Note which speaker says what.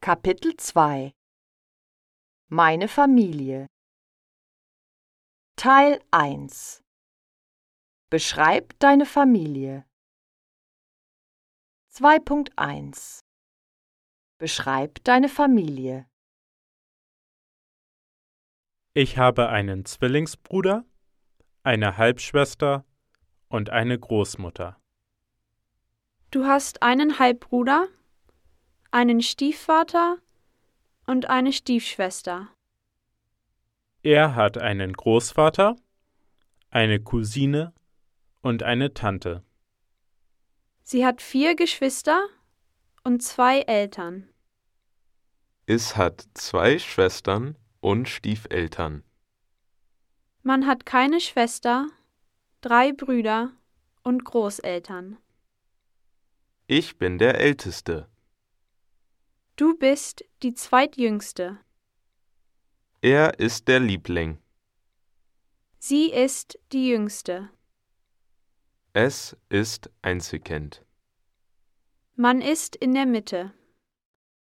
Speaker 1: Kapitel 2 Meine Familie Teil 1 Beschreib deine Familie 2.1 Beschreib deine Familie
Speaker 2: Ich habe einen Zwillingsbruder, eine Halbschwester und eine Großmutter.
Speaker 3: Du hast einen Halbbruder, einen Stiefvater und eine Stiefschwester.
Speaker 2: Er hat einen Großvater, eine Cousine und eine Tante.
Speaker 3: Sie hat vier Geschwister und zwei Eltern.
Speaker 4: Es hat zwei Schwestern und Stiefeltern.
Speaker 3: Man hat keine Schwester, drei Brüder und Großeltern.
Speaker 4: Ich bin der Älteste.
Speaker 3: Du bist die zweitjüngste.
Speaker 4: Er ist der Liebling.
Speaker 3: Sie ist die jüngste.
Speaker 4: Es ist Einzelkind.
Speaker 3: Man ist in der Mitte.